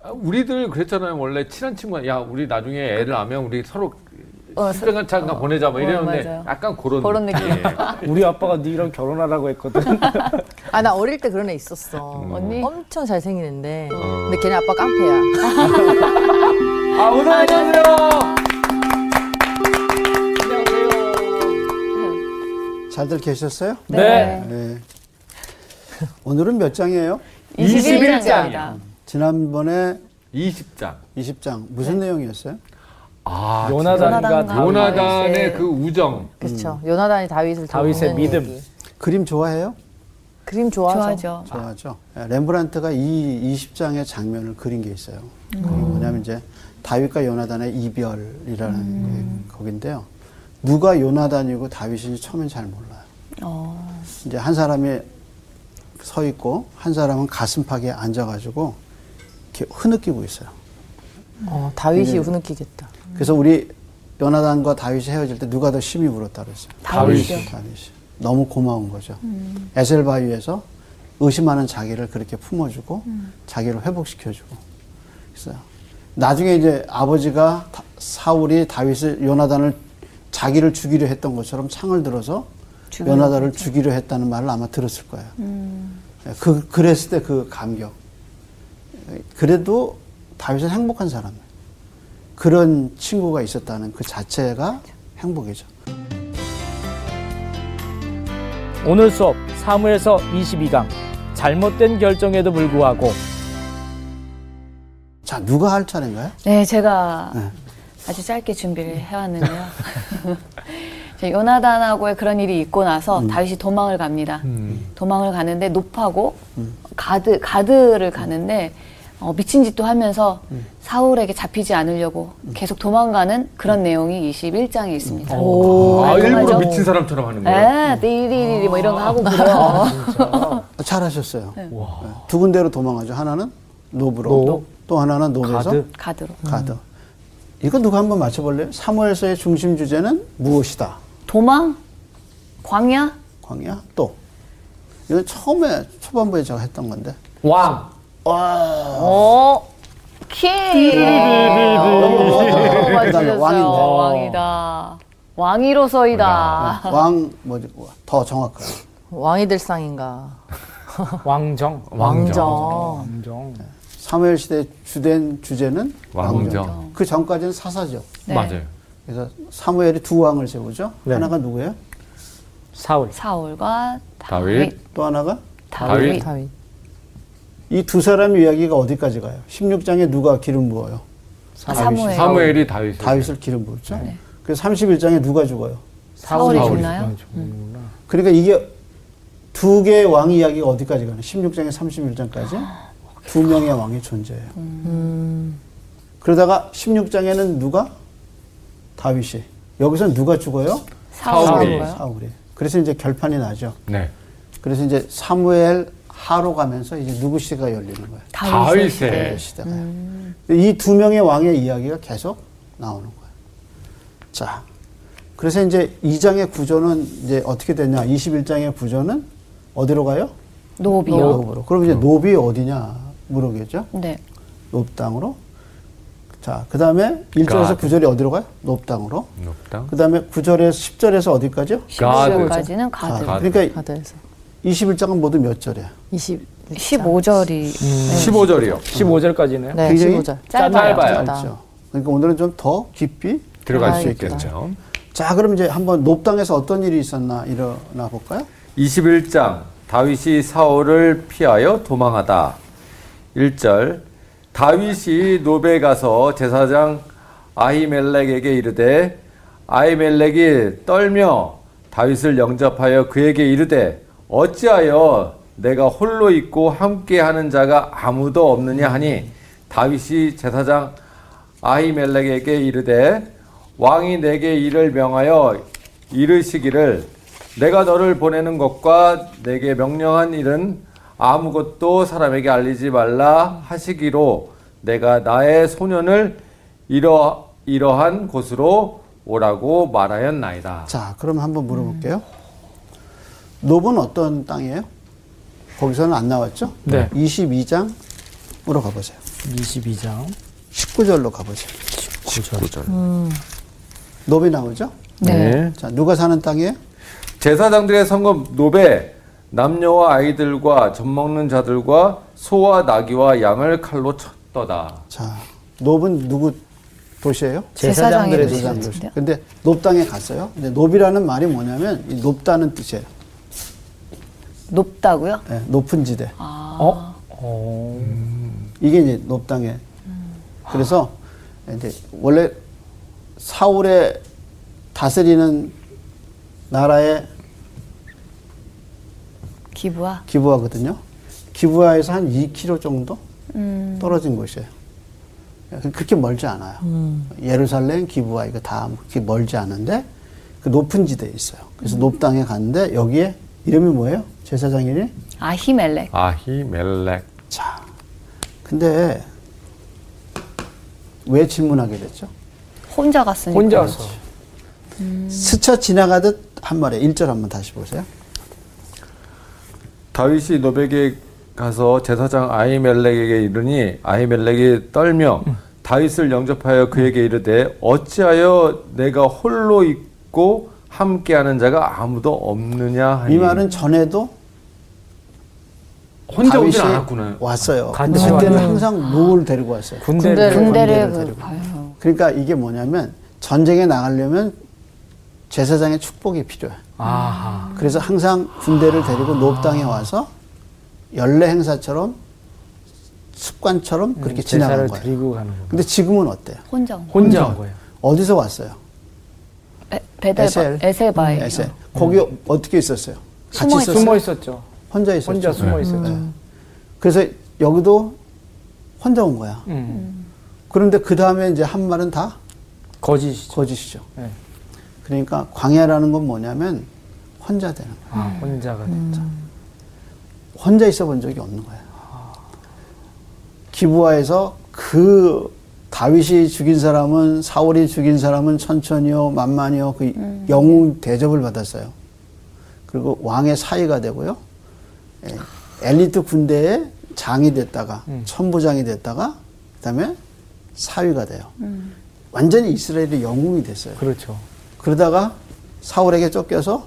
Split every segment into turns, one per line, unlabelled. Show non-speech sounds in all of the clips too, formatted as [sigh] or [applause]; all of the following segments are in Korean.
아, 우리들 그랬잖아요. 원래 친한 친구가 야 우리 나중에 애를 낳으면 우리 서로
어,
시댁한 잠깐 보내자 뭐
어,
이랬는데
맞아요.
약간 그런 예.
그런 느낌.
우리 아빠가 니랑 결혼하라고 했거든.
아 나 어릴 때 그런 애 있었어.
언니?
엄청 잘생긴 애인데. 음. 근데 걔네 아빠 깡패야.
아 오늘 안녕하세요. 안녕하세요.
잘들 계셨어요?
네.
네. 오늘은 몇 장이에요?
21장입니다.
지난번에
20장.
20장 무슨 내용이었어요?
아
요나단과
요나단과
진짜. 요나단의
다윗의-
그 우정.
그렇죠. 요나단이 다윗을
다윗의
돕는
믿음.
뭐 얘기.
그림 좋아해요?
그림 좋아하죠.
좋아하죠.
좋아하죠. 예, 렘브란트가 이 20장의 장면을 그린 게 있어요. 그게 뭐냐면 이제 다윗과 요나단의 이별이라는 게 거긴데요. 누가 요나단이고 다윗인지 처음엔 잘 몰라요. 이제 한 사람이 서 있고 한 사람은 가슴팍에 앉아가지고 이렇게 흐느끼고 있어요.
어, 다윗이 후느끼겠다.
그래서 우리 요나단과 다윗이 헤어질 때 누가 더 심히 울었다 그랬어요.
다윗이요.
다윗이. 너무 고마운 거죠. 에셀바위에서 의심하는 자기를 그렇게 품어주고 자기를 회복시켜주고 그래서 나중에 이제 아버지가 다- 사울이 다윗을 요나단을 자기를 죽이려 했던 것처럼 창을 들어서 요나단을 죽이려 했다는 말을 아마 들었을 거예요. 예, 그 그랬을 때 그 감격. 예, 그래도 다윗은 행복한 사람이에요. 그런 친구가 있었다는 그 자체가 행복이죠.
오늘 수업 사무에서 22강 잘못된 결정에도 불구하고
자, 누가 할 차례인가요?
네, 제가 아주 짧게 준비를 해왔는데요. [laughs] 이제 요나단하고의 그런 일이 있고 나서 다윗이 도망을 갑니다. 도망을 가는데 높하고 가드 가드를 가는데 어, 미친 짓도 하면서 사울에게 잡히지 않으려고 계속 도망가는 그런 내용이 21장에 있습니다.
아 일부러
네, 맞아. 네?
미친 사람처럼 하는 거예요.
에, 띠리리리 뭐 이런 거 하고 그래요.
잘하셨어요. 네. 두 군데로 도망가죠. 하나는 노브로,
노.
또 하나는 노브에서
가드.
가드.
[laughs] 가드로.
이거 누가 한번 맞춰볼래요? 사무엘서의 중심 주제는 무엇이다?
도망? 광야?
광야 또. 이건 처음에 초반부에 제가 했던 건데.
왕
어. 키.
그다음에
맞으셨어요.
왕인데.
왕이다. 왕이로서이다.
왕 뭐지? 더 정확하게.
왕이 될 상인가.
왕정
왕정.
왕정
사무엘 시대 주된 주제는
왕정.
그 전까지는 사사죠.
네.
맞아요.
그래서 사무엘이 두 왕을 세우죠.
네.
하나가 누구예요?
사울
사울과
다윗.
다윗.
또 하나가
다윗.
다윗.
다윗.
이 두 사람 이야기가 어디까지 가요? 16장에 누가 기름 부어요?
아, 사무엘.
사무엘이 다윗을.
다윗을 기름 부었죠.
네.
그래서 31장에 누가 죽어요?
사울이
사울이
죽나요?
그러니까 이게 두 개의 왕 이야기가 어디까지 가나? 16장에 31장까지 두 명의 왕이 존재해요.
음.
그러다가 16장에는 누가? 다윗이. 여기서 누가 죽어요?
사울이.
사울이. 그래서 이제 결판이 나죠.
네.
그래서 이제 사무엘 하로 가면서 이제 누구 시대가 열리는 거예요?
다윗의.
그
네.
시대가요. 이 두 명의 왕의 이야기가 계속 나오는 거예요. 자, 그래서 이제 2장의 구조는 이제 어떻게 되냐? 21장의 구조는 어디로 가요?
노비요.
노업으로. 그럼 이제 노비 어디냐 물어보겠죠?
네.
노업 땅으로. 자, 그 다음에 1절에서
가드.
9절이 어디로 가요? 노업 땅으로.
높다.
그 다음에 9절에서 10절에서 어디까지요?
가드.
15절까지는 가드.
가드.
그러니까
하드에서.
21장은 모두 몇 절이야?
20.
음.
15절이
15절이요.
15절까지네요
네,
굉장히
15절.
짧아요.
짧아요.
그렇죠. 그러니까 오늘은 좀 더 깊이
들어갈 수
알겠다.
있겠죠.
자, 그럼 이제 한번 높당에서 어떤 일이 있었나 일어나 볼까요?
21장 다윗이 사울을 피하여 도망하다. 1절 다윗이 노베 가서 제사장 아히멜렉에게 이르되 아히멜렉이 떨며 다윗을 영접하여 그에게 이르되 어찌하여 내가 홀로 있고 함께 하는 자가 아무도 없느냐 하니 다윗이 제사장 아히멜렉에게 이르되 왕이 내게 이를 명하여 이르시기를 내가 너를 보내는 것과 내게 명령한 일은 아무것도 사람에게 알리지 말라 하시기로 내가 나의 소년을 이러 이러한 곳으로 오라고 말하였나이다.
자, 그럼 한번 물어볼게요.
음.
높은 어떤 땅이에요? 거기서는 안 나왔죠?
네.
22장으로 가보세요.
22장
19절로 가보죠.
9절.
9절.
노비 나오죠?
네.
자, 누가 사는 땅이에요?
제사장들의 성읍 노베 남녀와 아이들과 젖 먹는 자들과 소와 나귀와 양을 칼로 쳤더다.
자, 노브는 누구 도시예요?
제사장들의
제사장의
노당
도시.
도시.
도시인데요?
근데 높당에 갔어요. 근데 높이라는 말이 뭐냐면 이 높다는 뜻이에요.
높다고요?
예, 높은 지대.
어? 어.
이게 이제 높당에. 그래서 이제 원래 사울의 다스리는 나라의
기부와
기부하거든요. 기부하에서 한 2km 정도
음.
떨어진 곳이에요. 그렇게 멀지 않아요. 예루살렘, 기부하 이거 다 그렇게 멀지 않은데 그 높은 지대에 있어요. 그래서 높당에 갔는데 여기에 이름이 뭐예요? 제사장 이름?
아히멜렉.
아히멜렉.
자, 근데 왜 질문하게 됐죠?
혼자 갔으니까.
혼자 왔어.
스쳐 지나가듯 한 말에 일절 한번 다시 보세요.
다윗이 노백에 가서 제사장 아히멜렉에게 이르니 아히멜렉이 떨며
음.
다윗을 영접하여 그에게 이르되 어찌하여 내가 홀로 있고 함께하는 자가 아무도 없느냐 하니
이 말은 전에도
혼자 오진
다윗이
않았구나. 아,
왔어요. 근데
같이
그때는
왔네.
항상 누굴 데리고 왔어요?
군대를
군대를
군대를
그 봐요.
그러니까 이게 뭐냐면 전쟁에 나가려면 제사장의 축복이 필요해.
아하.
그래서 항상 군대를 데리고
아.
노업당에 와서 연례 행사처럼 습관처럼 그렇게
음,
지나간
제사를
거예요.
드리고 가는 거예요.
근데 지금은 어때요?
혼자 온 거.
혼자 온 거예요.
어디서 왔어요?
에, 베델바, 에셀바에.
에셀. 거기 어떻게 있었어요? 네, 같이
숨어
있었어요?
숨어 있었죠.
혼자 있었죠. 네.
혼자 숨어 있었죠. 네.
그래서 여기도 혼자 온 거야.
음.
그런데 그 다음에 이제 한 말은 다
거짓이죠.
거짓이죠.
예.
그러니까 광야라는 건 뭐냐면 혼자 되는 거야.
아, 혼자가 됐죠.
혼자 있어 본 적이 없는 거야. 기부하에서 그 다윗이 죽인 사람은 사울이 죽인 사람은 천천히요 만만히요 그 영웅 대접을 받았어요. 그리고 왕의 사위가 되고요. 예, 엘리트 군대의 장이 됐다가 천부장이 됐다가 그다음에 사위가 돼요. 완전히 이스라엘의 영웅이 됐어요.
그렇죠.
그러다가 사울에게 쫓겨서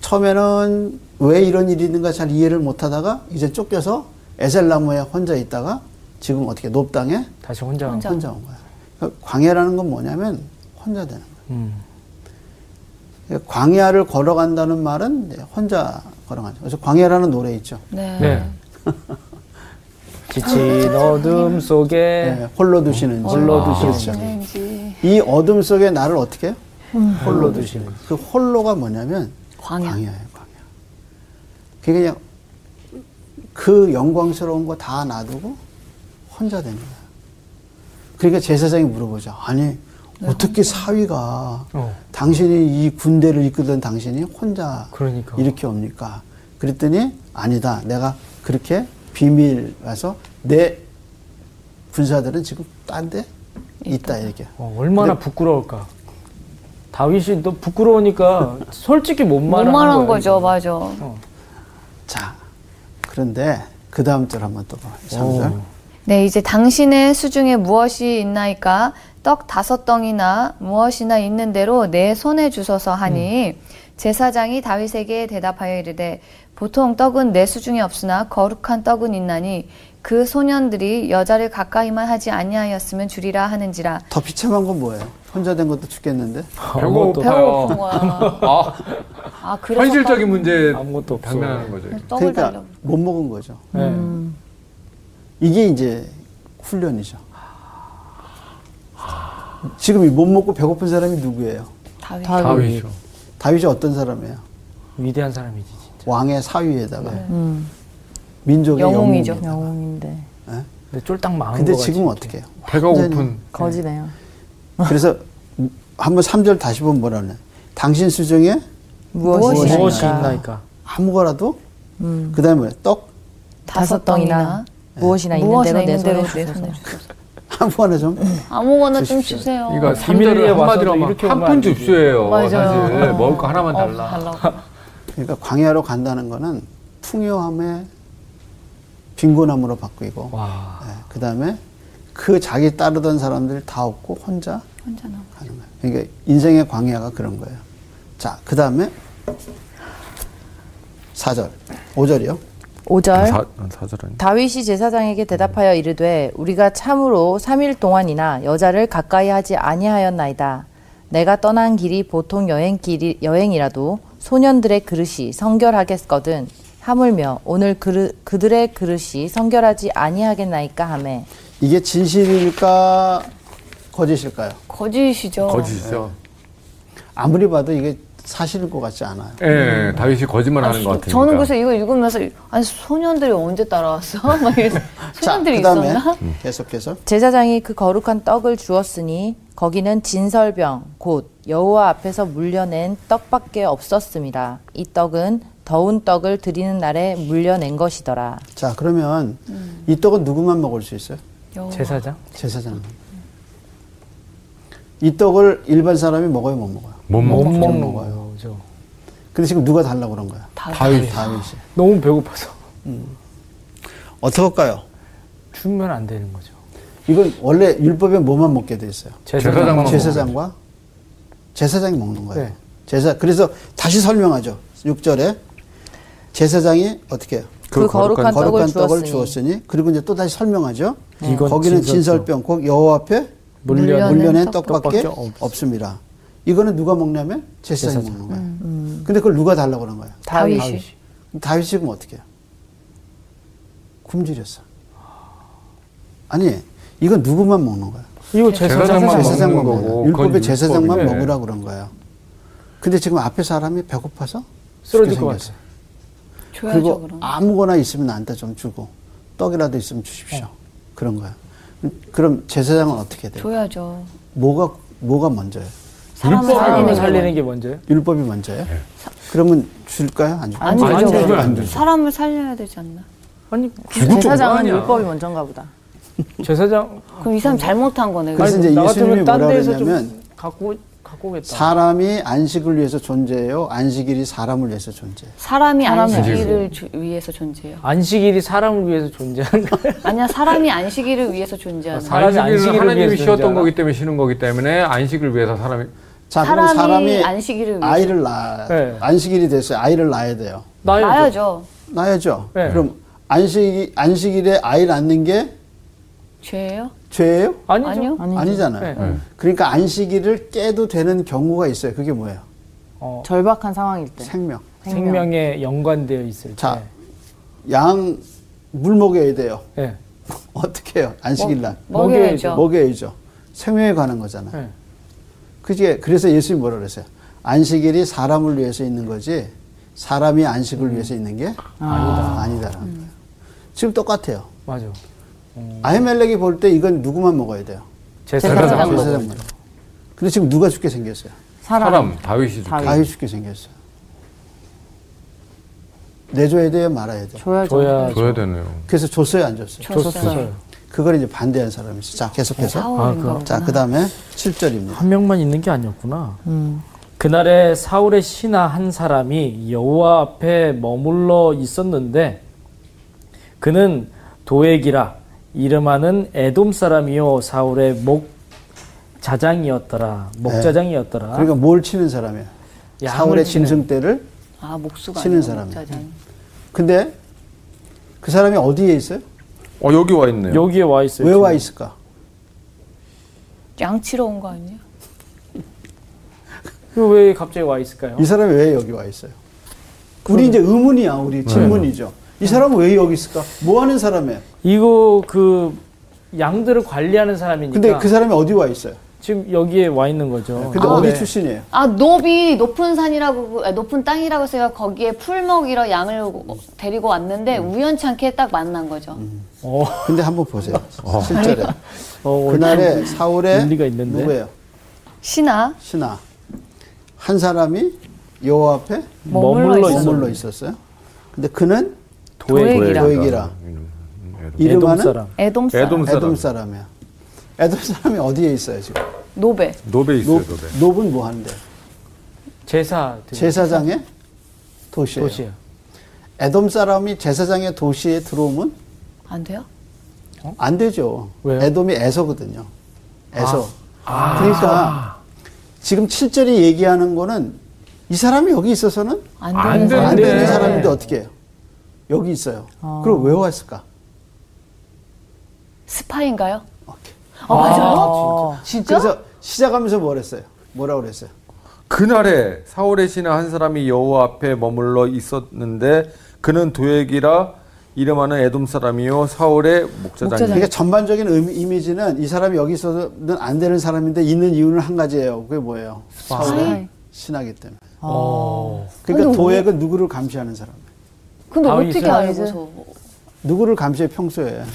처음에는 왜 이런 일이 있는가 잘 이해를 못하다가 이제 쫓겨서 에셀나무에 혼자 있다가 지금 어떻게 높당에
다시 혼자.
혼자.
혼자 온 거야. 그러니까 광야라는 건 뭐냐면 혼자 되는 거야.
음.
그러니까 광야를 걸어간다는 말은 이제 혼자 걸어가죠. 그래서 광야라는 노래 있죠.
네.
네. 지친 어둠 속에
예, 홀로 두시는지.
네. 홀로
아,
두시는지.
그렇죠.
왠지
이 어둠 속에 나를 어떻게 해요?
홀로 두시는.
그 홀로가 뭐냐면
광야.
광야예요, 광야. 그게 그냥 그 영광스러운 거 다 놔두고 혼자 되는 거야. 그러니까 제사장이 물어보죠.
네.
아니 어떻게 사위가
어.
당신이 이 군대를 이끄던 당신이 혼자
그러니까.
이렇게 옵니까? 그랬더니 아니다. 내가 그렇게 비밀 와서 내 군사들은 지금 딴 데 있다 이렇게.
어, 얼마나 부끄러울까. 다윗이 또 부끄러우니까 솔직히 못
못
말한,
말한
거예요.
거죠, 맞아.
자, 그런데 그 다음 절 한번 또 봐요. 3절.
네, 이제 당신의 수중에 무엇이 있나이까 떡 다섯 덩이나 무엇이나 있는 대로 내 손에 주소서
음.
하니 제사장이 다윗에게 대답하여 이르되 보통 떡은 내 수중에 없으나 거룩한 떡은 있나니 그 소년들이 여자를 가까이만 하지 아니하였으면 주리라 하는지라
더 비참한 건 뭐예요? 혼자 된 것도 죽겠는데.
아무것도
배고파요.
거야.
아, [laughs]
아, 그래서
현실적인 문제
아무것도 없어. 네.
당면하는 거죠.
떡- 떡을
그러니까
달라고.
못 먹은 거죠.
예.
이게 이제 훈련이죠. 지금 이 못 먹고 배고픈 사람이 누구예요?
다윗.
다
다윗이죠.
그렇죠.
다윗이 어떤 사람이에요?
위대한 사람이지 진짜.
왕의 사위에다가
음,
민족의
네. 영웅이죠.
영웅이죠.
영웅인데
근데 쫄딱 망한
근데
거 같이
지금 은
이렇게.
어떻게 해요?
배가
완전히.
고픈
거지네요.
그래서 한번 3절 다시 보면 뭐라 그래? 당신 수중에
무엇이,
무엇이
무엇이
있나이까?
있나이까.
아무거라도 그다음에 뭐예요? 떡 [laughs]
다섯 덩이나 무엇이나 있는 대로
무엇이나
내
있는 대로
손에
내
주소서.
손에 주소서.
아무거나 좀
아무거나 좀 주세요.
그러니까
비밀리에
3절을
와서도
한마디로 하면
이렇게 오면
한푼
안 되지.
줍쇼예요.
어, 맞아요.
사실
어.
먹을 거 하나만
어,
달라.
달라고.
그러니까 광야로 간다는 거는 풍요함의 빈곤함으로 바뀌고
와.
예, 그 다음에 그 자기 따르던 사람들 다 없고 혼자
혼자 나.
가는 거예요. 그러니까 인생의 광야가 그런 거예요. 자, 그 다음에 4절, 5절이요.
5절
사, 사절 아니.
다윗이 제사장에게 대답하여 이르되 우리가 참으로 3일 동안이나 여자를 가까이 하지 아니하였나이다. 내가 떠난 길이 보통 여행 길이 여행이라도 소년들의 그릇이 성결하겠거든 하물며 오늘 그르, 그들의 그릇이 성결하지 아니하겠나이까 하매
이게 진실일까, 거짓일까요?
거짓이죠.
거짓이죠.
아무리 봐도 이게 사실일 것 같지 않아요.
예, 다윗이 거짓말하는 것 같으니까.
아, 저는 그래서 이거 읽으면서 아니 소년들이 언제 따라왔어? [laughs] 막 이래서 소년들이
그다음에
있었나?
계속해서
제사장이 그 거룩한 떡을 주었으니 거기는 진설병 곧 여호와 앞에서 물려낸 떡밖에 없었습니다. 이 떡은 더운 떡을 드리는 날에 물려낸 것이더라.
자 그러면
음.
이 떡은 누구만 먹을 수 있어요?
여호와.
제사장?
제사장. 이 떡을 일반 사람이 먹어요, 못 먹어요?
못 먹.
못 먹는
먹어요.
거죠.
근데 지금 누가 달라고 그런 거야?
다윗.
다윗이.
너무 배고파서 [laughs]
어떨까요?
주면 안 되는 거죠.
이건 원래 율법에 뭐만 먹게 돼 있어요?
제사장만 먹어요.
제사장과 제사장이 먹는 거예요.
네.
제사 그래서 다시 설명하죠. 6절에 제사장이 어떻게 해요?
그 거룩한 떡을
거룩한 떡을
주었으니.
주었으니 그리고 이제 또 다시 설명하죠.
네. 이건
거기는
진설병.
진설병 꼭 여호와 앞에
물려낸
그러니까 물려낸 떡밖에,
떡밖에
없습니다. 이거는 누가 먹냐면 제사장이 먹는 거예요. 근데 그걸 누가 달라고 그런 거예요?
다윗이.
다윗이 지금 어떻게 해요? 굶주렸어. 아니 이건 누구만 먹는 거야?
이거
제사장만
제사장만
제사장
먹는
먹는
제사장만
거고,
먹는 거고
그건
율법에 제사장만
율법인데.
먹으라 그런 거예요. 근데 지금 앞에 사람이 배고파서
쓰러질
죽게
것
생겼어요.
줘야죠
그리고
그럼.
아무거나 있으면 나한테 좀 주고 떡이라도 있으면 주십시오. 그런 거야. 그럼 제사장은 어떻게 돼요?
줘야죠.
뭐가 뭐가 먼저예요?
사람을
율법을
살리는
살리는 게 먼저예요?
율법이 먼저예요? 그러면 줄까요? 안 줄까요?
안
안
주죠.
주죠.
안 주죠.
사람을 살려야 되지 않나?
아니
그 제사장은 율법이 먼저인가 보다.
제사장
그럼 이 사람 잘못한 거네.
그래서 음. 이제
나
예수님이
같으면 딴
뭐라
데에서 좀
그랬냐면
갖고 갖고 오겠다.
사람이 안식을 위해서 존재해요. 안식일이 사람을 위해서 존재해요.
사람이
사람을
안식일을 주- 위해서 존재해요.
안식일이 사람을 위해서 존재하는 거예요.
[laughs] 아니야 사람이 안식일을 위해서 존재하는.
사람이
안식일은
안식일을
음. 하나님이
위해서
쉬었던
존재하나?
거기 때문에 쉬는 거기 때문에 안식을 위해서 사람이
자,
사람이 안식일을 위해서.
아이를 낳아
네.
안식일이 됐어요. 아이를 낳아야 돼요.
나야죠.
나야죠.
낳아야죠.
네.
그럼 안식 안식일에 아이 낳는 게
죄예요?
죄예요?
아니죠.
아니요.
아니잖아요.
네.
그러니까 안식일을 깨도 되는 경우가 있어요. 그게 뭐예요?
어,
절박한 상황일
네.
때.
생명.
생명에 연관되어 있을
자,
때.
네.
양 물 먹여야 돼요. [laughs]
예.
어떻게 해요? 안식일 날
먹여야죠.
먹여야죠. 생명에 관한 거잖아요.
예.
그게 그래서 예수님이 뭐라 그랬어요? 안식일이 사람을 위해서 있는 거지 사람이 안식을 위해서 있는 게 아니다. 아니다라는 거예요. 지금 똑같아요.
맞아.
아히멜렉이 볼 때 이건 누구만 먹어야 돼요?
제사장.
제사장만. 근데 지금 누가 죽게 생겼어요?
사람.
사람 다윗이 죽게.
다윗.
다윗 죽게 생겼어요. 내줘야 돼요, 말아야 돼요.
줘야죠.
줘야
줘야 되네요.
그래서 줬어요, 안 줬어요?
줬어요.
그걸 이제 반대한 사람이 있어요. 자, 계속해서.
사울인가
자,
보구나.
그 다음에 7절입니다.
한 명만 있는 게 아니었구나.
음.
그날에 사울의 신하 한 사람이 여호와 앞에 머물러 있었는데 그는 도액이라 이름하는 에돔 사람이요 사울의 목 자장이었더라. 목자장이었더라.
그러니까 뭘 치는 사람이에요?
양을
사울의
치는.
짐승떼를.
아 목수가
치는
아니라
사람이에요.
목자잖아.
근데 그 사람이 어디에 있어요?
어 여기 와 있네요.
여기에 와 있어요.
왜
지금.
와 있을까?
양치러 온 거 아니에요?
그왜 갑자기 와 있을까요?
이 사람이 왜 여기 와 있어요? 우리 이제 의문이야, 우리 질문이죠. 이 사람은 왜 여기 있을까? 뭐 하는 사람이에요?
이거 그 양들을 관리하는 사람이니까
근데 그 사람이 어디 와 있어요?
지금 여기에 와 있는 거죠.
근데 어디
네.
출신이에요?
아 높이 높은 산이라고 아, 높은 땅이라고 해서 거기에 풀 먹이러 양을 오- 데리고 왔는데 우연찮게 딱 만난 거죠.
어,
근데 한번 보세요. 실제로.
어,
[laughs] 그날에 사울의
일리가 있는데.
누구예요?
신하
신하. 한 사람이 여호와 앞에
머물러
머물러
있었는데.
머물러 있었어요. 근데 그는
도액.
도액이라.
도액이라.
에돔
이름하는
사람.
에돔 사람
에돔 사람.
에돔 사람이야. 에돔 사람이 어디에 있어요 지금?
노베
노베 그 있어요,
높,
노베.
높은 뭐 하는데?
제사
제사장의 도시예요.
그 도시야.
에돔 사람이 제사장의 도시에 들어오면
안 돼요?
안 되죠.
왜요?
에돔이 에서거든요. 에서. 그러니까 지금 7절이 얘기하는 거는 이 사람이 여기 있어서는
안 되는
안
네.
되는 사람인데 어떻게 해요? 여기 있어요. 그럼 왜 왔을까?
스파인가요?
오케이.
아, 맞아요?
그래서 시작하면서 뭐 그랬어요? 뭐라 그랬어요?
그날에 사울의 신하 한 사람이 여호와 앞에 머물러 있었는데 그는 도액이라 이름하는 에돔 사람이요 사울의 목자장이요.
그러니까 전반적인 의미- 이미지는 이 사람이 여기 있어서는 안 되는 사람인데 있는 이유는 한 가지예요. 그게 뭐예요? 사울의 신하기 때문에.
어.
그러니까
근데 왜-
도액은 누구를 감시하는 사람?
근데
다윗은-
어떻게 알고서
누구를 감시해 평소에?
어,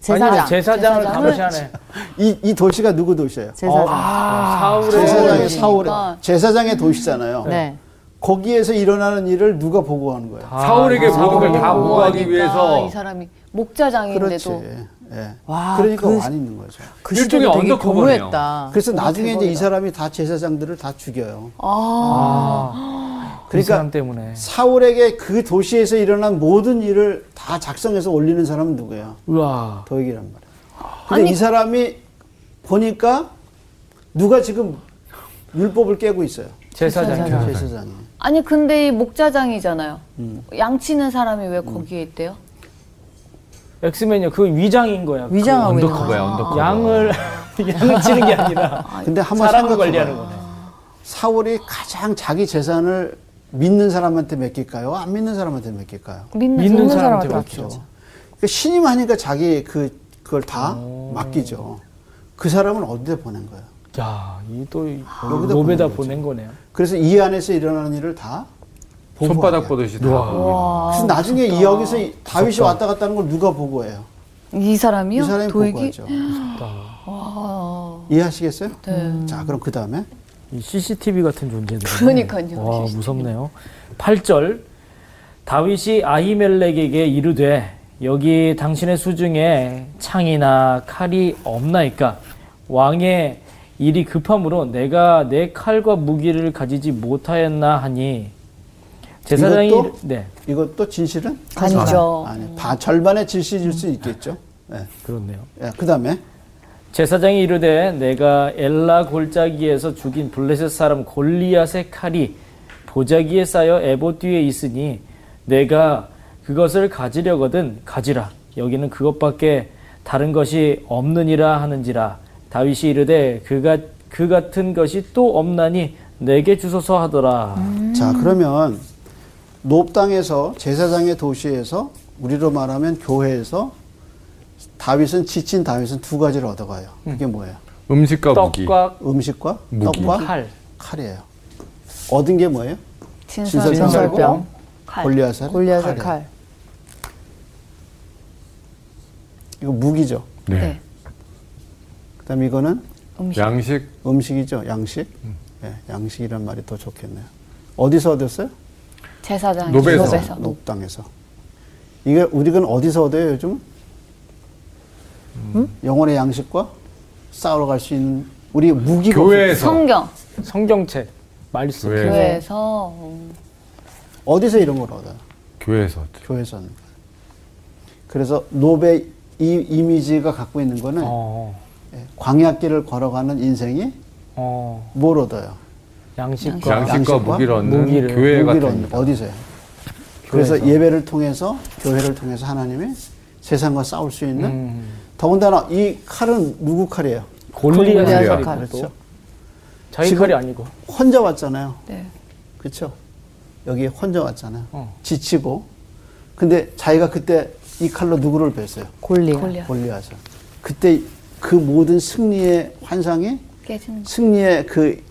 제사장.
아니, 제사장을 감시하네.
그러니까 이, 이 도시가 누구 도시예요?
어,
아,
제사장.
아,
사울의
제사장의
사울이니까.
사울의 제사장의 도시잖아요.
네.
거기에서 일어나는 일을 누가 보고하는 거예요?
사울에게 모든 걸다 보호하기
그러니까
위해서
이 사람이
그렇지.
목자장인데도
예.
와,
그러니까
그- 아,
안 있는 거죠.
그
일종의
시대도 되게
언더커버네요.
교묘했다.
그래서 나중에 이제 이 사람이 다 제사장들을 다 죽여요.
그 사람
그러니까
때문에.
사울에게 그 도시에서 일어난 모든 일을 다 작성해서 올리는 사람은 누구예요?
우와.
도익이란 말이에요. 근데 이 사람이 보니까 누가 지금 율법을 깨고 있어요.
제사장이.
제사장이.
아니 근데 이 목자장이잖아요. 양치는 사람이 왜 거기에 있대요?
엑스맨이요. 그 위장인 거야.
위장하고 있는 거야.
언더커버야 언더커버.
양을 [laughs] 양을 치는 게 아니라
근데 [laughs] 한번
사람을
생각해
관리하는
봐요.
거네.
사울이 가장 자기 재산을 믿는 사람한테 맡길까요? 안 믿는 사람한테 맡길까요?
믿는 그렇죠.
믿는
믿는
사람한테
사람한테
맡기죠.
그러니까 신임하니까 자기 그 그걸 다 맡기죠. 그 사람은 어디에 보낸 거예요?
야, 이또
여기다
노베다
보낸 거지.
보낸 거네요.
그래서 이 안에서 일어나는 일을 다
손바닥 보듯이 다.
음.
그래서
아,
나중에 이 여기서 이 다윗이 왔다 갔다 하는 걸 누가 보고해요?
이 사람이요?
이 사람이
도액이?
보고하죠.
와.
이해하시겠어요?
네.
자, 그럼 그 다음에
이 CCTV 같은 존재들.
그러니까요,
와,
CCTV.
무섭네요. 8절. 다윗이 아히멜렉에게 이르되 여기 당신의 수중에 창이나 칼이 없나이까 왕의 일이 급함으로 내가 내 칼과 무기를 가지지 못하였나 하니 제사장이
이것도?
네
이것도 진실은
아니죠.
아니, 반 절반의 진실일 수 있겠죠. 예,
그렇네요.
예, 그 다음에
제사장이 이르되 내가 엘라 골짜기에서 죽인 블레셋 사람 골리앗의 칼이 보자기에 쌓여 에봇 뒤에 있으니 내가 그것을 가지려거든 가지라 여기는 그것밖에 다른 것이 없느니라 하는지라 다윗이 이르되 그가 그 같은 것이 또 없나니 내게 주소서 하더라
자,
음.
그러면 노업 땅에서 제사장의 도시에서 우리로 말하면 교회에서 다윗은 지친 다윗은 두 가지를 얻어가요. 그게 뭐예요?
음식과 무기.
떡과
음식과
음. 무기.
떡과
칼
칼이에요. 얻은 게 뭐예요?
진설병.
진설병.
칼.
골리앗의
그 골리앗의
칼이에요.
칼.
이거 무기죠.
네.
그다음 에 이거는
음식.
양식
음식이죠. 양식. 예, 양식이란 말이 더 좋겠네요. 어디서 얻었어요?
제사장.
노베에서.
노베에서.
노업 땅에서. 이게 우리가 어디서 얻어요 요즘?
음.
영혼의 양식과 싸우러 갈 수 있는 우리 무기가 없어요.
교회에서
성경.
성경책 말씀
왜?
교회에서. 음.
어디서 이런 걸 얻어요?
교회에서
교회에서 얻는 거예요. 그래서 노베 이 이미지가 갖고 있는 거는
어,
예, 광야길을 걸어가는 인생이
어,
뭘 얻어요?
양식과
양식과, 무기를 얻는
무기를,
교회
무기를
같은
얻는 어디서요? 그래서 예배를 통해서 교회를 통해서 하나님이 세상과 싸울 수 있는 더군다나 이 칼은 누구 칼이에요?
골리앗의
골리앗.
칼이 또
그렇죠.
자기
지금-
칼이 아니고
혼자 왔잖아요.
네.
그렇죠? 여기 혼자 왔잖아요.
어.
지치고 근데 자기가 그때 이 칼로 누구를 뵀어요?
골리앗.
골리앗.
골리앗을. 그때 그 모든 승리의 환상이
깨지는 거.
승리의 그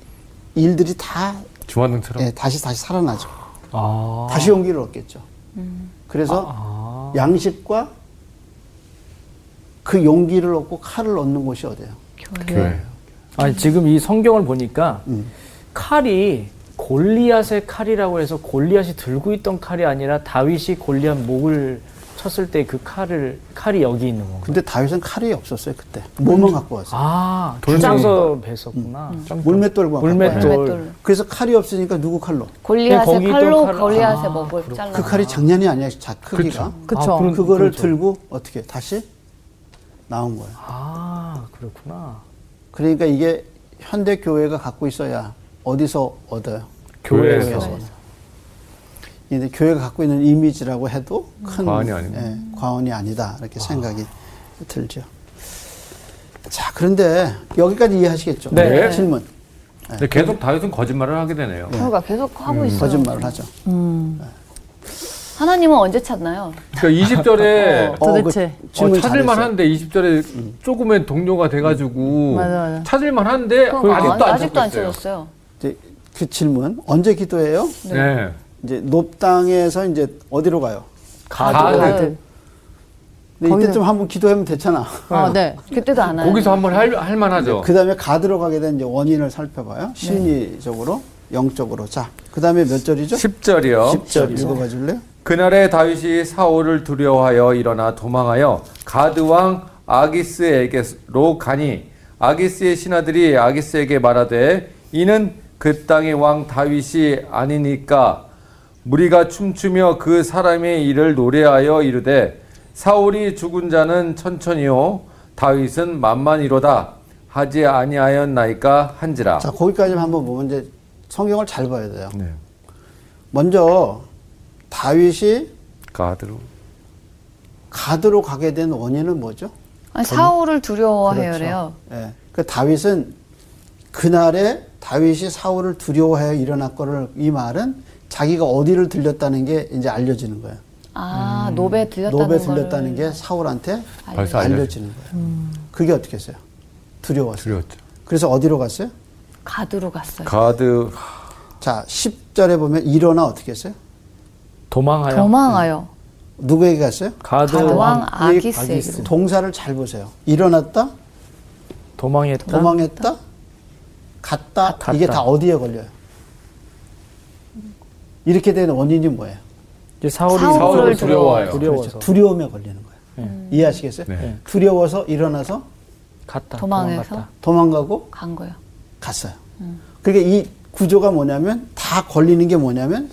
일들이 다
주마등처럼
예, 다시 다시 살아나죠.
아,
다시 용기를 얻겠죠.
음.
그래서 양식과 그 용기를 얻고 칼을 얻는 곳이 어디예요?
교회.
교회.
아니 지금 이 성경을 보니까 칼이 골리앗의 칼이라고 해서 골리앗이 들고 있던 칼이 아니라 다윗이 골리앗 목을 쳤을 때 그 칼을 칼이 여기 있는 건가?
근데 다윗은 칼이 없었어요 그때. 몸만 갖고 왔어요.
아,
돌멩이.
주장서 뵀었구나. 음.
물맷돌만 갖고 왔어요.
물맷돌.
음. 돌.
그래서 칼이 없으니까 누구 칼로?
골리앗의
거기 있던
칼로
칼을-
골리앗의
아,
목을 잘라.
그 칼이 장난이 아니야. 자 크기가.
그쵸.
아, 그럼-
그거를
그렇죠.
들고 어떻게 다시 나온 거예요.
아, 그렇구나.
그러니까 이게 현대 교회가 갖고 있어야 어디서 얻어요?
교회에서.
근데 교회가 갖고 있는 이미지라고 해도 큰
과언이 아닙니다.
예, 과언이 아니다 이렇게 생각이 들죠. 자 그런데 여기까지 이해하시겠죠? 그
네.
질문
근데 계속 다윗은 거짓말을 하게 되네요.
그러니까 계속 하고 있어요.
거짓말을 하죠.
네.
하나님은 언제 찾나요?
그러니까 20절에
어,
도대체.
그
어,
질문
찾을만
잘했어요.
한데 20절에 조금의 동료가 돼가지고
맞아, 맞아.
찾을만 한데
그러니까
예, 아직도 안
아직도 안
찾고 있어요.
찾았어요.
이제 그 질문 언제 기도해요?
네.
이제 높당에서 이제 어디로 가요?
그
가드.
가드.
근데
거기는-
이때쯤 한번 기도하면 됐잖아.
아, 네.
그때도 안 와요.
거기서 한번 할, 할 만하죠. 네.
그 다음에 가드로 가게 된 이제 원인을 살펴봐요. 심리적으로, 영적으로. 자, 그 다음에 몇 절이죠?
10절이요.
10절 읽어봐 줄래요?
그날에 다윗이 사울을 두려워하여 일어나 도망하여 가드 왕 아기스에게로 가니 아기스의 신하들이 아기스에게 말하되 이는 그 땅의 왕 다윗이 아니니까 무리가 춤추며 그 사람의 일을 노래하여 이르되 사울이 죽은 자는 천천히요 다윗은 만만이로다 하지 아니하였나이까 한지라
자, 거기까지 한번 보면 이제 성경을 잘 봐야 돼요.
네.
먼저, 다윗이
가드로
가드로 가게 된 원인은 뭐죠?
아니, 사울을 두려워해요래요.
예. 그 다윗은 그날에 다윗이 사울을 두려워하여 일어났거를 이 말은 자기가 어디를 들렸다는 게 이제 알려지는 거예요.
아 노베 들렸다는
노베
거를
들렸다는 게 사울한테
벌써 알려지
알려지는 거예요. 음. 그게 어떻게 했어요? 두려웠어요.
두려웠죠.
그래서 어디로 갔어요?
가드로 갔어요.
가드
자, 10절에 보면 일어나 어떻게 했어요?
도망하여.
도망하요.
누구에게 갔어요?
가드
가드 왕
왕
아기스에게.
동사를 잘 보세요. 일어났다,
도망했다.
도망했다, 갔다,
갔다.
이게 다 어디에 걸려요? 이렇게 되는 원인이 뭐예요?
이제 사울이
사울을
사울을 두려워해요.
두려워해요.
두려워서
그렇죠. 두려움에 걸리는 거예요. 이해하시겠어요?
네.
두려워서 일어나서
갔다.
도망해서?
도망갔다.
도망가고
간 거예요.
갔어요. 그러니까 이 구조가 뭐냐면 다 걸리는 게 뭐냐면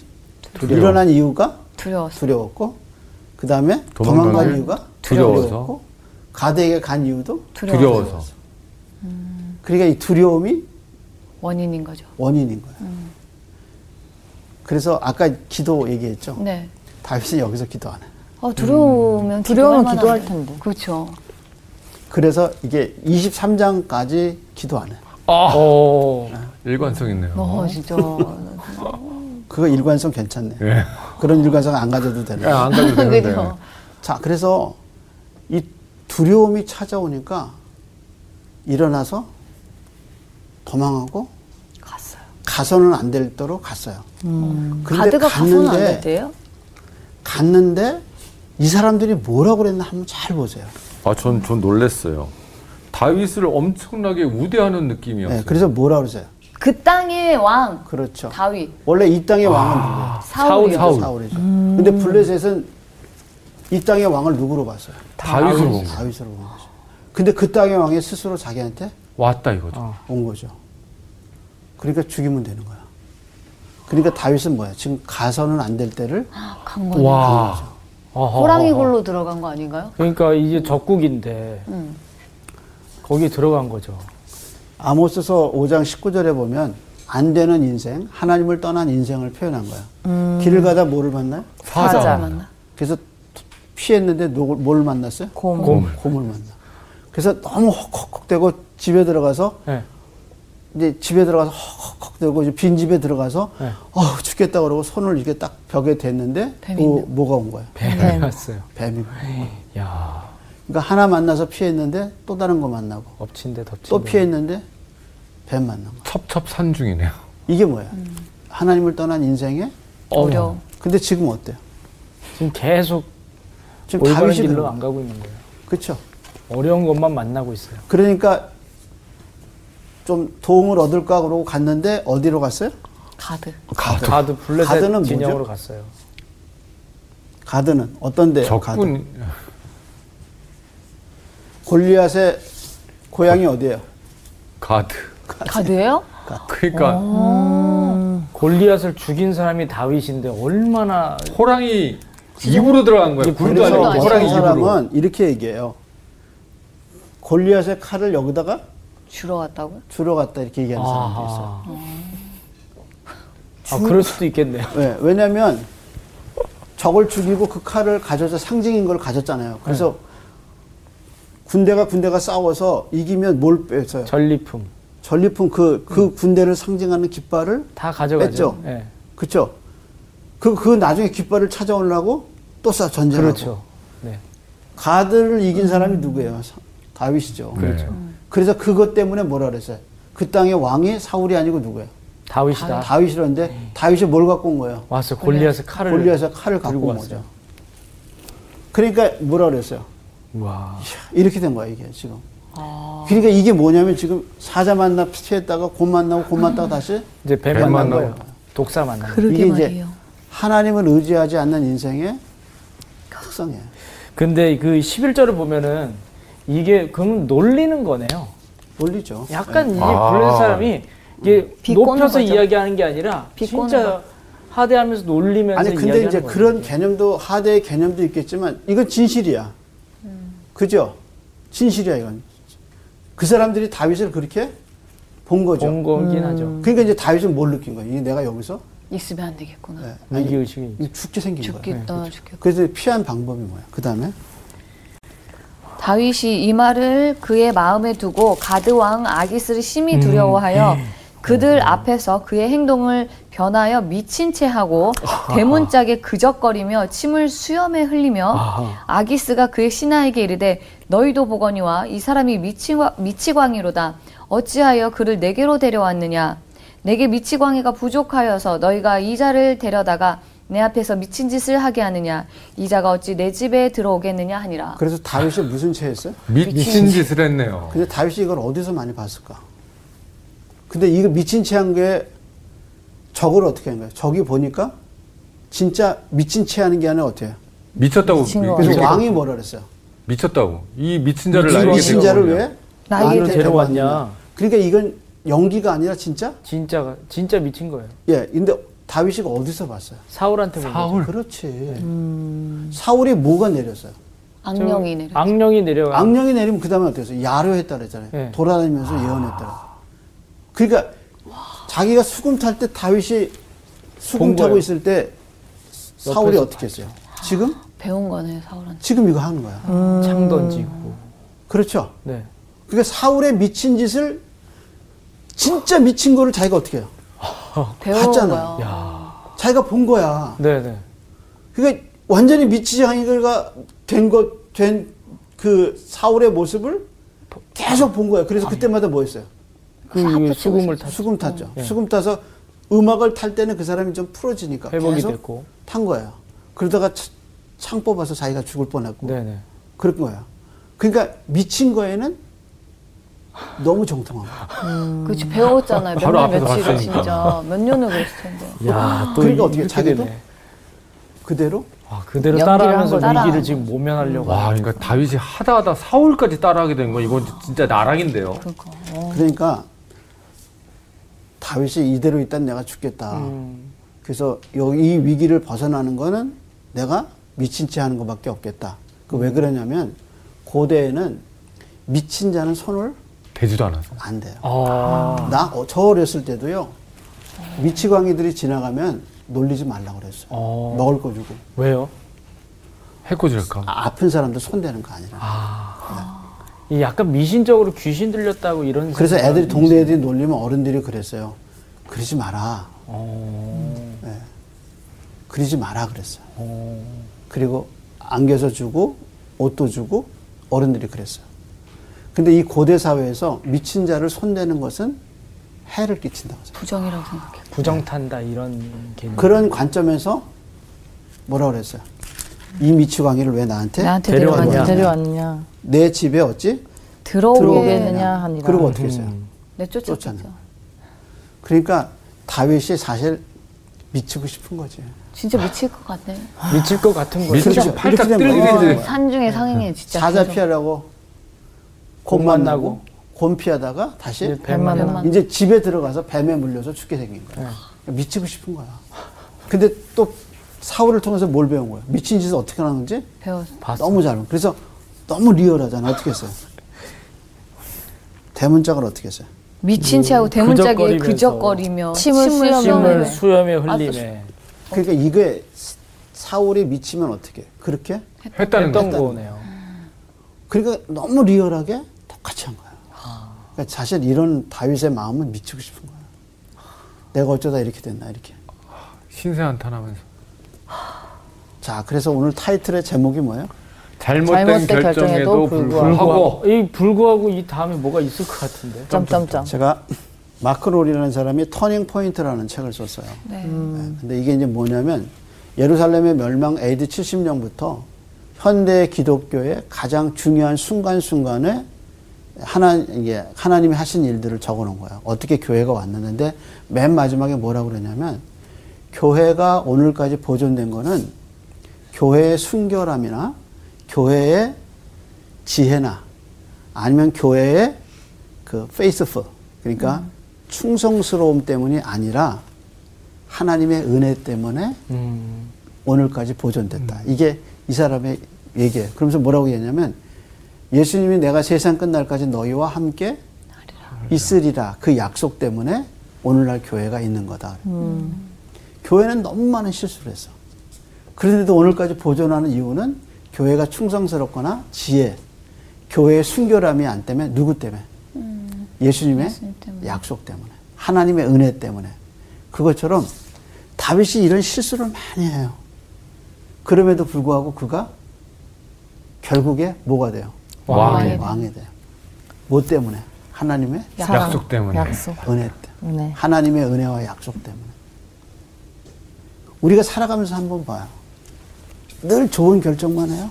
두려워.
일어난 이유가
두려웠어요.
두려웠고 그 다음에
도망간
도망간
이유?
이유가
두려워서.
두려웠고 가드에게 간 이유도
두려워서
그러니까 이 두려움이
원인인 거죠.
원인인 거예요. 그래서 아까 기도 얘기했죠.
네.
다윗이 여기서 기도 안 해.
아, 두려우면
두려우면
기도할
기도할
만한데.
텐데.
그렇죠.
그래서 이게 23장까지 기도 안 해.
어.
일관성 있네요.
어, 진짜.
그거 일관성 괜찮네. 요
예. 아,
그런 일관성 안 가져도 되네.
안 가도 되는데.
[laughs] 그죠.
자, 그래서 이 두려움이 찾아오니까 일어나서 도망하고
갔어요. 음.
가서는 안 될도록 갔어요. 근데
가드가 가서는 안
갔는데
됐대요?
갔는데 이 사람들이 뭐라고 그랬나 한번 잘 보세요.
아, 전, 전 놀랬어요. 다윗을 엄청나게 우대하는 느낌이었어요.
네, 그래서 뭐라 그러세요?
그 땅의 왕
그렇죠.
다윗
원래 이 땅의 왕은 누구예요?
사울이
아, 사울.
사울. 사울이죠.
음.
근데 블레셋은 이 땅의 왕을 누구로 봤어요?
다윗을 본 거예요.
다윗으로 본 거죠. 근데 그 땅의 왕이 스스로 자기한테
왔다 이거죠.
온 거죠. 그러니까 죽이면 되는 거야. 그러니까 다윗은 뭐야? 지금 가서는 안 될 때를
간 거예요.
와.
어허.
호랑이 굴로 들어간 거 아닌가요?
그러니까 이제 적국인데
음.
거기 들어간 거죠.
아모스서 5장 19절에 보면 안 되는 인생, 하나님을 떠난 인생을 표현한 거야.
음.
길을 가다 뭐를 만나요?
사자.
맞나?
그래서 피했는데 누굴- 뭘 만났어요?
곰.
곰을 만나. 그래서 너무 헉헉헉대고 집에 들어가서
예.
이제 집에 들어가서 헉헉헉대고 이제 빈 집에 들어가서
네.
어우 죽겠다 그러고 손을 이렇게 딱 벽에 댔는데
뱀이
또 뭐가 온 거야?
네.
뱀이 왔어요.
뱀이.
야,
그러니까 하나 만나서 피했는데 또 다른 거 만나고
엎친데 덮친데.
또 피했는데 뱀 만난 거.
첩첩산 중이네요.
이게 뭐야? 하나님을 떠난 인생에
어려워.
근데 지금 어때요?
지금 계속
지금
올바른
다윗이
길로 안 가고 있는 거예요.
그렇죠.
어려운 것만 만나고 있어요.
그러니까 좀 도움을 얻을까 그러고 갔는데 어디로 갔어요?
가드.
가드, 블레셋
가드는 뭐죠?
진영으로 갔어요.
가드는 어떤 데요? 가드.
적군.
골리앗의 고향이 어디예요?
가드.
가드예요?
그러니까
골리앗을 죽인 사람이 다윗인데 얼마나
호랑이 입으로 들어간 거예요. 굴도
그래서
아니고
어떤
호랑이 입으로.
사람은 이렇게 얘기해요. 골리앗의 칼을 여기다가
주러 왔다고요?
주러 갔다 이렇게 얘기하는 사람도 있어요.
아, 아, 그럴 수도 있겠네요.
네, 왜냐면 적을 죽이고 그 칼을 가져서 상징인 걸 가졌잖아요. 그래서
네.
군대가 군대가 싸워서 이기면 뭘 뺏어요?
전리품
전리품 그, 그
음.
군대를 상징하는 깃발을
다 가져가죠.
뺐죠?
예.
그쵸? 그, 그 나중에 깃발을 찾아오려고 또 싸, 전쟁하고.
그렇죠. 음. 네.
가드를 이긴 사람이 누구예요? 사- 다윗이죠.
그렇죠.
음.
그래서 그것 때문에 뭐라 그랬어요? 그 땅의 왕이 사울이 아니고 누구예요?
다윗이다. 네.
다윗이라는데 다윗이 뭘 갖고 온 거예요?
왔어. 골리앗의 칼을
골리앗의 칼을 갖고
들고
온
왔어요.
거죠. 그러니까 뭐라 그랬어요?
와.
이렇게 된 거야 이게 지금.
아.
그러니까 이게 뭐냐면 지금 사자 만나 피했다가 곰 만나고 곰 만나고 다시
이제 뱀
뱀
만난
만나고.
거예요. 독사 만난 거.
아. 그러게
이게
말이에요.
하나님을 의지하지 않는 인생의 특성이에요.
근데 그 11절을 보면은 이게 그럼 놀리는 거네요.
놀리죠.
약간 이게
아.
불린 사람이 이게
음. 비꼬는
높여서
거죠.
이야기하는 게 아니라
비꼬는
진짜 하대하면서 놀리면서
아니 근데
이야기하는
이제
거예요.
그런 개념도 하대의 개념도 있겠지만 이건 진실이야.
음.
그죠? 진실이야 이건. 그 사람들이 다윗을 그렇게 본 거죠.
본 거긴
음.
하죠.
그러니까 이제 다윗은 뭘 느낀 거야? 이게 내가 여기서
있으면 안 되겠구나.
네. 아니,
위기 의식이 네.
이 죽게 생긴
죽기,
거야.
어, 죽기.
네, 그래서 피한 방법이 뭐야? 그 다음에
다윗이 이 말을 그의 마음에 두고 가드 왕 아기스를 심히 두려워하여 그들 앞에서 그의 행동을 변하여 미친 채 하고 대문짝에 그적거리며 침을 수염에 흘리며 아기스가 그의 신하에게 이르되 너희도 보거니와 이 사람이 미치광, 미치광이로다 어찌하여 그를 내게로 데려왔느냐 내게 미치광이가 부족하여서 너희가 이자를 데려다가 내 앞에서 미친 짓을 하게 하느냐 이자가 어찌 내 집에 들어오겠느냐 하니라
그래서 다윗이 무슨 죄했어요?
미, 미친 짓을 그 했네요.
근데 다윗이 이걸 어디서 많이 봤을까? 근데 이거 미친 체한 게 적을 어떻게 한 거야? 적이 보니까 진짜 미친 체하는 게 아니라 어때요?
미쳤다고.
미친 거
그래서
미쳤다고.
왕이 뭐라 그랬어요?
미쳤다고. 이 미친 자를
이
나에게
미친 자를
데려오냐.
왜
나에게
나를
데려왔냐.
데려왔느냐. 그러니까 이건 연기가 아니라 진짜?
진짜가 진짜 미친 거예요.
예. 근데 다윗이 이거 어디서 봤어요?
사울한테 본 거죠.
사울.
그렇지.
음.
사울이 뭐가 내렸어요?
악령이 내려.
악령이 내려가.
악령이 내리면 그 다음에 어땠어요? 야로했다 그랬잖아요.
예.
돌아다니면서 예언했다. 그랬어요. 그러니까 자기가 수금 탈 때 다윗이 수금
본
타고
거예요.
있을 때 사울이
옆에서
어떻게 했어요? 지금?
배운 거네 사울한테.
지금 이거 하는 거야.
음. 창 던지고.
그렇죠?
네.
그러니까 사울의 미친 짓을 진짜 미친 거를 자기가 어떻게 해요?
배운
봤잖아요.
거야.
자기가 본 거야.
네, 네.
그러니까 완전히 미치장애가 된 것, 된 그 사울의 모습을 계속 본 거야. 그래서 그때마다 뭐 했어요?
그 수금을 네. 다
수금 탔죠. 수금 타서 음악을 탈 때는 그 사람이 좀 풀어지니까
회복이
계속
됐고.
탄 거예요. 그러다가 차- 창 뽑아서 자기가 죽을 뻔했고
네, 네.
그런 거예요. 그러니까 미친 거에는 너무 정통한 거예요.
그치 배웠잖아요.
바로
몇년
앞에서
며칠을
봤으니까.
진짜 몇 년을 그랬을 텐데.
야, 또
그러니까
이-
어떻게
이렇게
자기도?
되네.
그대로
와, 아, 그대로
연기를
따라하면서
한
거,
위기를
따라하는
지금 모면하려고.
와, 그러니까 다윗이 하다 하다 사울까지 따라하게 된 건 이건 진짜 나락인데요.
그러니까.
그러니까 다윗이 이대로 있단 내가 죽겠다. 그래서 여기 이 위기를 벗어나는 거는 내가 미친 채 하는 것밖에 없겠다. 그 왜 그러냐면 고대에는 미친 자는 손을
되지도 않아서.
안 돼요.
아.
나 저 어렸을 때도요. 미치광이들이 지나가면 놀리지 말라고 그랬어요.
어.
먹을 거 주고
왜요?
해코질까? 봐.
아, 픈 사람들 손대는 거 아니라.
이 약간 미신적으로 귀신 들렸다고 이런.
그래서
생각이-
애들이 동네 애들이 놀리면 어른들이 그랬어요. 그러지 마라.
어.
그러지 마라 그랬어요.
어.
그리고 안겨서 주고 옷도 주고 어른들이 그랬어요. 근데 이 고대 사회에서 미친 자를 손대는 것은 해를 끼친다고 생각해요.
부정이라고 생각해.
부정탄다 이런 개념.
그런 관점에서 뭐라 그랬어요? 이 미치광이를 왜 나한테
나한테
데려왔냐.
데려왔냐.
데려왔느냐
내 집에 어찌
들어오게
들어오게. 하느냐 하니라.
그리고 어떻게 했어요?
내 쫓았죠.
쫓아내. 그러니까 다윗이 사실 미치고 싶은 거지.
진짜 미칠 것 같네.
미칠 것 같은 거예요.
미친
그렇죠.
짓 팔짝
이렇게 되면
뜰리지.
산 중에 상행해 진짜.
사자 피하려고 곰
곰
만나고
만나고,
곰 피하다가 다시
이제 뱀만
뱀만.
이제 집에 들어가서 뱀에 물려서 죽게 생긴 거야. 그러니까 미치고 싶은 거야. 근데 또 사울을 통해서 뭘 배운 거야? 미친 짓을 어떻게 하는지
배웠어.
봤어.
너무 잘. 알아. 그래서 너무 리얼하잖아. 어떻게 했어요? 대문짝을 어떻게 했어요?
미친 채하고 대문짝에
그적거리면서.
그적거리며
침을
침을
수염을
수염을
수염에 흘리네.
그러니까 이게 사울이 미치면 어떻게? 해? 그렇게?
했다는
했던
거.
거네요.
그러니까 너무 리얼하게 똑같이 한 거야. 그러니까 사실 이런 다윗의 마음은 미치고 싶은 거야. 내가 어쩌다 이렇게 됐나 이렇게.
신세 한탄하면서
자, 그래서 오늘 타이틀의 제목이 뭐예요?
잘못된,
잘못된
결정에도,
결정에도
불구하고,
불구하고 이 불구하고 이 다음에 뭐가 있을 것 같은데.
점점점.
제가 [laughs] 마크 롤이라는 사람이 터닝 포인트라는 책을 썼어요.
네.
네, 근데 이게 이제 뭐냐면 예루살렘의 멸망 AD 70년부터 현대 기독교의 가장 중요한 순간순간에 하나, 이게 하나님이 하신 일들을 적어 놓은 거야. 어떻게 교회가 왔는데 맨 마지막에 뭐라고 그러냐면 교회가 오늘까지 보존된 거는 교회의 순결함이나 교회의 지혜나 아니면 교회의 그 페이스풀 그러니까 충성스러움 때문이 아니라 하나님의 은혜 때문에
음.
오늘까지 보존됐다. 이게 이 사람의 얘기예요. 그러면서 뭐라고 얘기하냐면 예수님이 내가 세상 끝날까지 너희와 함께 있으리라 그 약속 때문에 오늘날 교회가 있는 거다. 교회는 너무 많은 실수를 했어. 그런데도 오늘까지 보존하는 이유는 교회가 충성스럽거나 지혜, 교회의 순결함이 안 때문에 누구 때문에? 예수님의
음, 예수님 때문에.
약속 때문에, 하나님의 은혜 때문에. 그것처럼 다윗이 이런 실수를 많이 해요. 그럼에도 불구하고 그가 결국에 뭐가 돼요?
왕이
돼요.
왕이 돼요. 뭐 때문에? 하나님의
사랑,
약속 때문에.
약속.
은혜 때문에.
네.
하나님의 은혜와 약속 때문에. 우리가 살아가면서 한번 봐요. 늘 좋은 결정만 해요.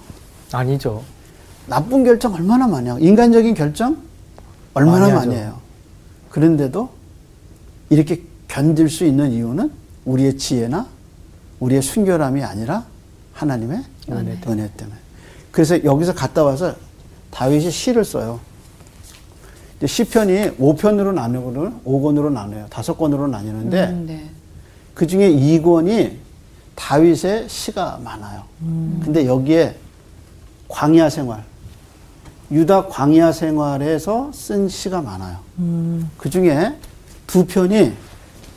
아니죠.
나쁜 결정 얼마나 많이 하고 인간적인 결정 얼마나
많이
많이,
하죠.
해요. 그런데도 이렇게 견딜 수 있는 이유는 우리의 지혜나 우리의 순결함이 아니라 하나님의 은혜 때문에. 그래서 여기서 갔다 와서 다윗이 시를 써요. 이제 시편이 5편으로 나누고는 5권으로 나눠요. 5권으로 나뉘는데
음, 네.
그 중에 2권이 다윗의 시가 많아요. 근데 여기에 광야 생활, 유다 광야 생활에서 쓴 시가 많아요. 그 중에 두 편이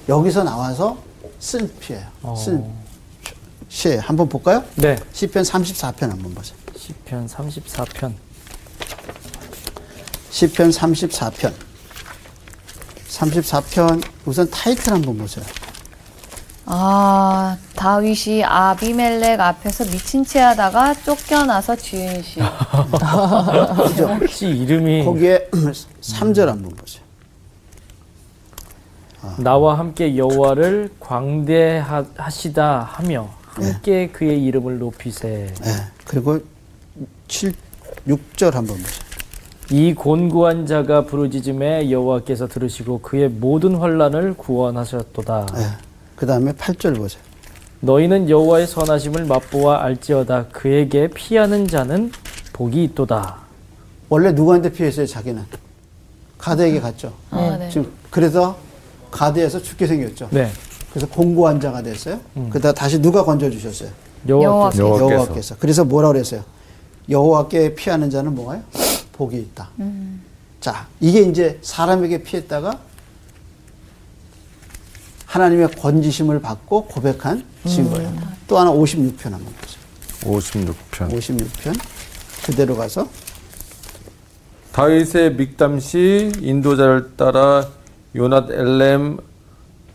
여기서 나와서 쓴 피예요. 쓴 시. 한번 볼까요?
네.
시편 34편 한번 보세요.
시편 34편.
시편 34편. 34편 우선 타이틀 한번 보세요.
아 다윗이 아비멜렉 앞에서 미친 채하다가 쫓겨나서 지은 시.
혹시 이름이
거기에 [clears throat] 3절 한번 보세요.
나와 함께 여호와를 광대하시다 하며 함께 그의 이름을 높이세.
예. 그리고 7, 6절 한번 보세요.
이 곤고한 자가 부르짖음에 여호와께서 들으시고 그의 모든 환란을 구원하셨도다.
네.
예. 그 다음에 8절 보세요.
너희는 여호와의 선하심을 맛보아 알지어다. 그에게 피하는 자는 복이 있도다.
원래 누구한테 피했어요, 자기는? 가드에게 갔죠.
아, 네.
지금 그래서 가드에서 죽게 생겼죠.
네.
그래서 공고한 자가 됐어요. 그다 다시 누가 건져 주셨어요?
여호와
여호와께서.
여호와께서.
여호와께서. 그래서 뭐라 그랬어요? 여호와께 피하는 자는 뭐가요? 복이 있다.
음.
자, 이게 이제 사람에게 피했다가 하나님의 건지심을 받고 고백한
음.
증거예요. 또 하나 56편 한번 보세요.
56편.
56편 그대로 가서
다윗의 믹담시 인도자를 따라 요낫 엘렘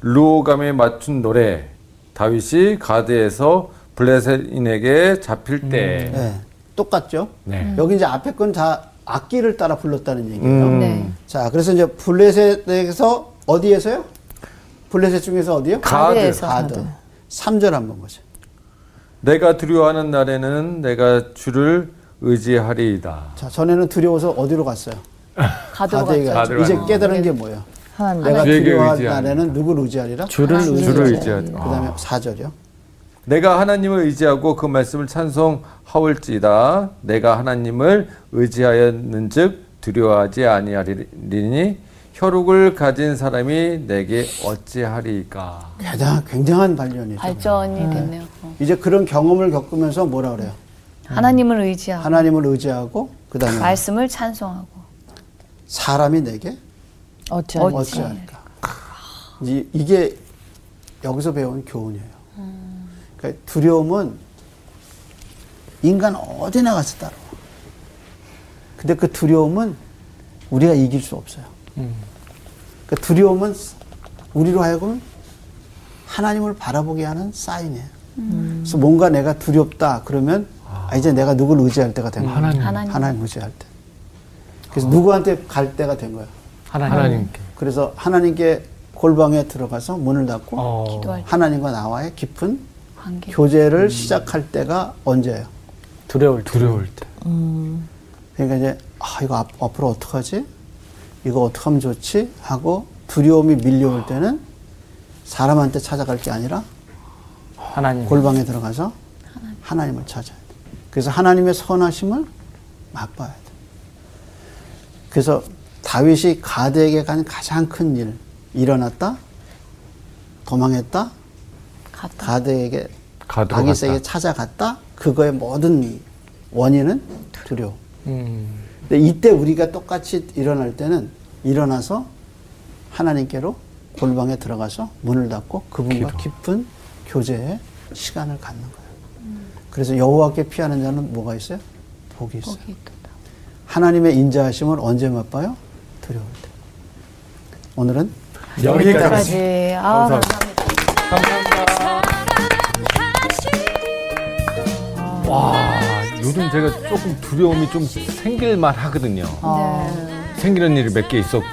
루오감에 맞춘 노래 다윗이 가드에서 블레셋인에게 잡힐 때
예, 똑같죠.
네.
여기 이제 앞에 건 다 악기를 따라 불렀다는 얘기예요.
네.
자, 그래서 이제 블레셋에서 어디에서요? 블레셋 중에서 어디요?
가드. 가드에서,
가드. 3절 한번 보죠.
내가 두려워하는 날에는 내가 주를 의지하리이다
자, 전에는 두려워서 어디로 갔어요?
가도로
가드에
갔죠. 네.
갔죠.
갔죠. 이제 깨달은 게 뭐예요?
하나님.
내가
주에게
두려워할
의지하리라.
날에는 누구를 의지하리라?
주를
주를
의지하라.
의지하리라 어.
그 다음에 4절이요.
내가 하나님을 의지하고 그 말씀을 찬송하올지이다 내가 하나님을 의지하였는즉 두려워하지 아니하리니 혈육을 가진 사람이 내게 어찌하리까
대단, 굉장한 발견이죠.
발전이 됐네요. 어.
이제 그런 경험을 겪으면서 뭐라 그래요?
하나님을 의지하고
하나님을 의지하고, 그 다음에
말씀을 찬송하고
사람이 내게
어찌하니
어찌할까. 이- 이게 여기서 배운 교훈이에요. 그러니까 두려움은 인간 어디 나가서 따라와. 근데 그 두려움은 우리가 이길 수 없어요. 그 두려움은 우리로 하여금 하나님을 바라보게 하는 사인이에요. 그래서 뭔가 내가 두렵다 그러면 아, 이제 내가 누굴 의지할 때가 된 거야. 하나님.
하나님.
의지할 때. 그래서 누구한테 갈 때가 된 거야.
하나님. 하나님께.
그래서 하나님께 골방에 들어가서 문을 닫고
기도할
하나님과 나와의 깊은
관계.
교제를 시작할 때가 언제예요?
두려울 때.
두려울 때.
그러니까 이제 아 이거 앞, 앞으로 어떡하지? 이거 어떻게 하면 좋지? 하고 두려움이 밀려올 때는 사람한테 찾아갈 게 아니라
하나님.
골방에 들어가서 하나님. 을 찾아야 돼. 그래서 하나님의 선하심을 맛봐야 돼. 그래서 다윗이 가드에게 간 가장 큰 일, 일어났다, 도망했다,
갔다.
가드에게
가드로
아기세에게
갔다.
찾아갔다. 그거의 모든 원인은 두려움.
음.
근데 이때 우리가 똑같이 일어날 때는 일어나서 하나님께로 골방에 들어가서 문을 닫고 그분과 깊은 교제의 시간을 갖는 거예요. 그래서 여호와께 피하는 자는 뭐가 있어요? 복이 있어요.
거기 있다.
하나님의 인자하심을 언제 맛봐요? 두려울 때. 오늘은
여기까지.
여기까지. 아, 감사합니다.
와, 아, 요즘 제가 조금 두려움이 좀 생길만 하거든요. 생기는 일이 몇 개 있었고,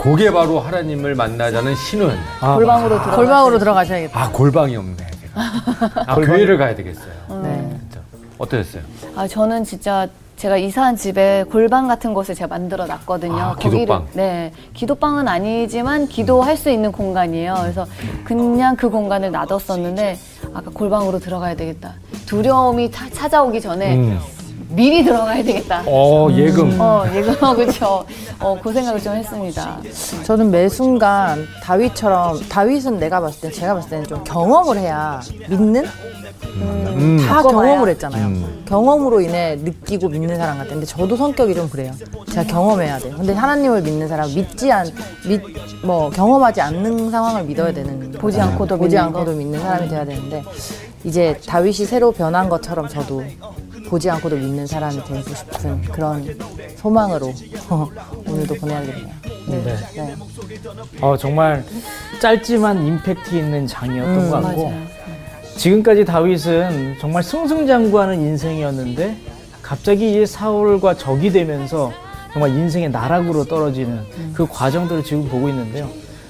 그게 바로 하나님을 만나자는 신은,
아,
골방으로 들어.
골방으로 들어가셔야겠다.
아, 골방이 없네, 제가. 아, 교회를 가야 되겠어요. 진짜. 어떠셨어요?
아 저는 진짜 제가 이사한 집에 골방 같은 곳을 제가 만들어 놨거든요.
아,
거기를-
기도방.
네, 기도방은 아니지만 기도할 수 있는 공간이에요. 그래서 그냥 그 공간을 놔뒀었는데 아까 골방으로 들어가야 되겠다. 두려움이 차- 찾아오기 전에
음.
미리 들어가야 되겠다.
어, 예금.
어, 예금하고 저, 어, 그 생각을 좀 했습니다.
음. 저는 매 순간 다윗처럼 다윗은 내가 봤을 때 제가 봤을 때는 좀 경험을 해야 믿는
음.
다
겪어봐야. 음.
경험을 했잖아요. 경험으로 인해 느끼고 믿는 사람 같은데 저도 성격이 좀 그래요. 제가 경험해야 돼요. 근데 하나님을 믿는 사람 믿지 않믿뭐 경험하지 않는 상황을 믿어야 되는 음,
보지 않고도
보지
믿는
않고도 믿는 사람이 돼야 되는데 이제 다윗이 새로 변한 것처럼 저도 보지 않고도 믿는 사람이 되고 싶은 그런 소망으로 [laughs] 오늘도 보내야겠네요. 네. 네.
어, 정말 짧지만 임팩트 있는 장이었던
음,
것 같고 지금까지 다윗은 정말 승승장구하는 인생이었는데 갑자기 이 사울과 적이 되면서 정말 인생의 나락으로 떨어지는
음.
그 과정들을 지금 보고 있는데요.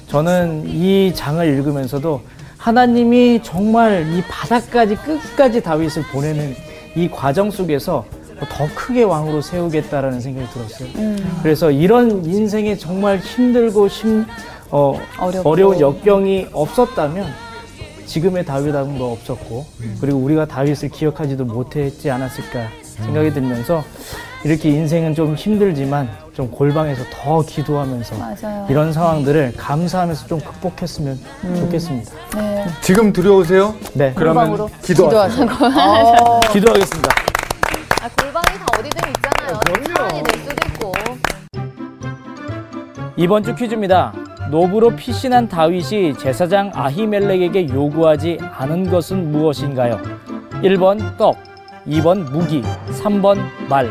저는 이 장을 읽으면서도 하나님이 정말 이 바닥까지 끝까지 다윗을 보내는 이 과정 속에서 더 크게 왕으로 세우겠다라는 생각이 들었어요.
음.
그래서 이런 인생에 정말 힘들고 심, 어,
어렵고.
어려운 역경이 없었다면 지금의 다윗은 뭐 없었고 그리고 우리가 다윗을 기억하지도 못했지 않았을까 생각이 들면서 이렇게 인생은 좀 힘들지만 좀 골방에서 더 기도하면서
맞아요.
이런 상황들을 감사하면서 좀 극복했으면 좋겠습니다.
네.
지금 두려우세요?
네,
골방으로.
그러면 기도하세요. 어.
기도하세요.
기도하겠습니다.
아, 골방이 다 어디든 있잖아요. 사람이 될 수도 있고.
이번 주 퀴즈입니다. 노브로 피신한 다윗이 제사장 아히멜렉에게 요구하지 않은 것은 무엇인가요? 1번 떡, 2번 무기, 3번 말.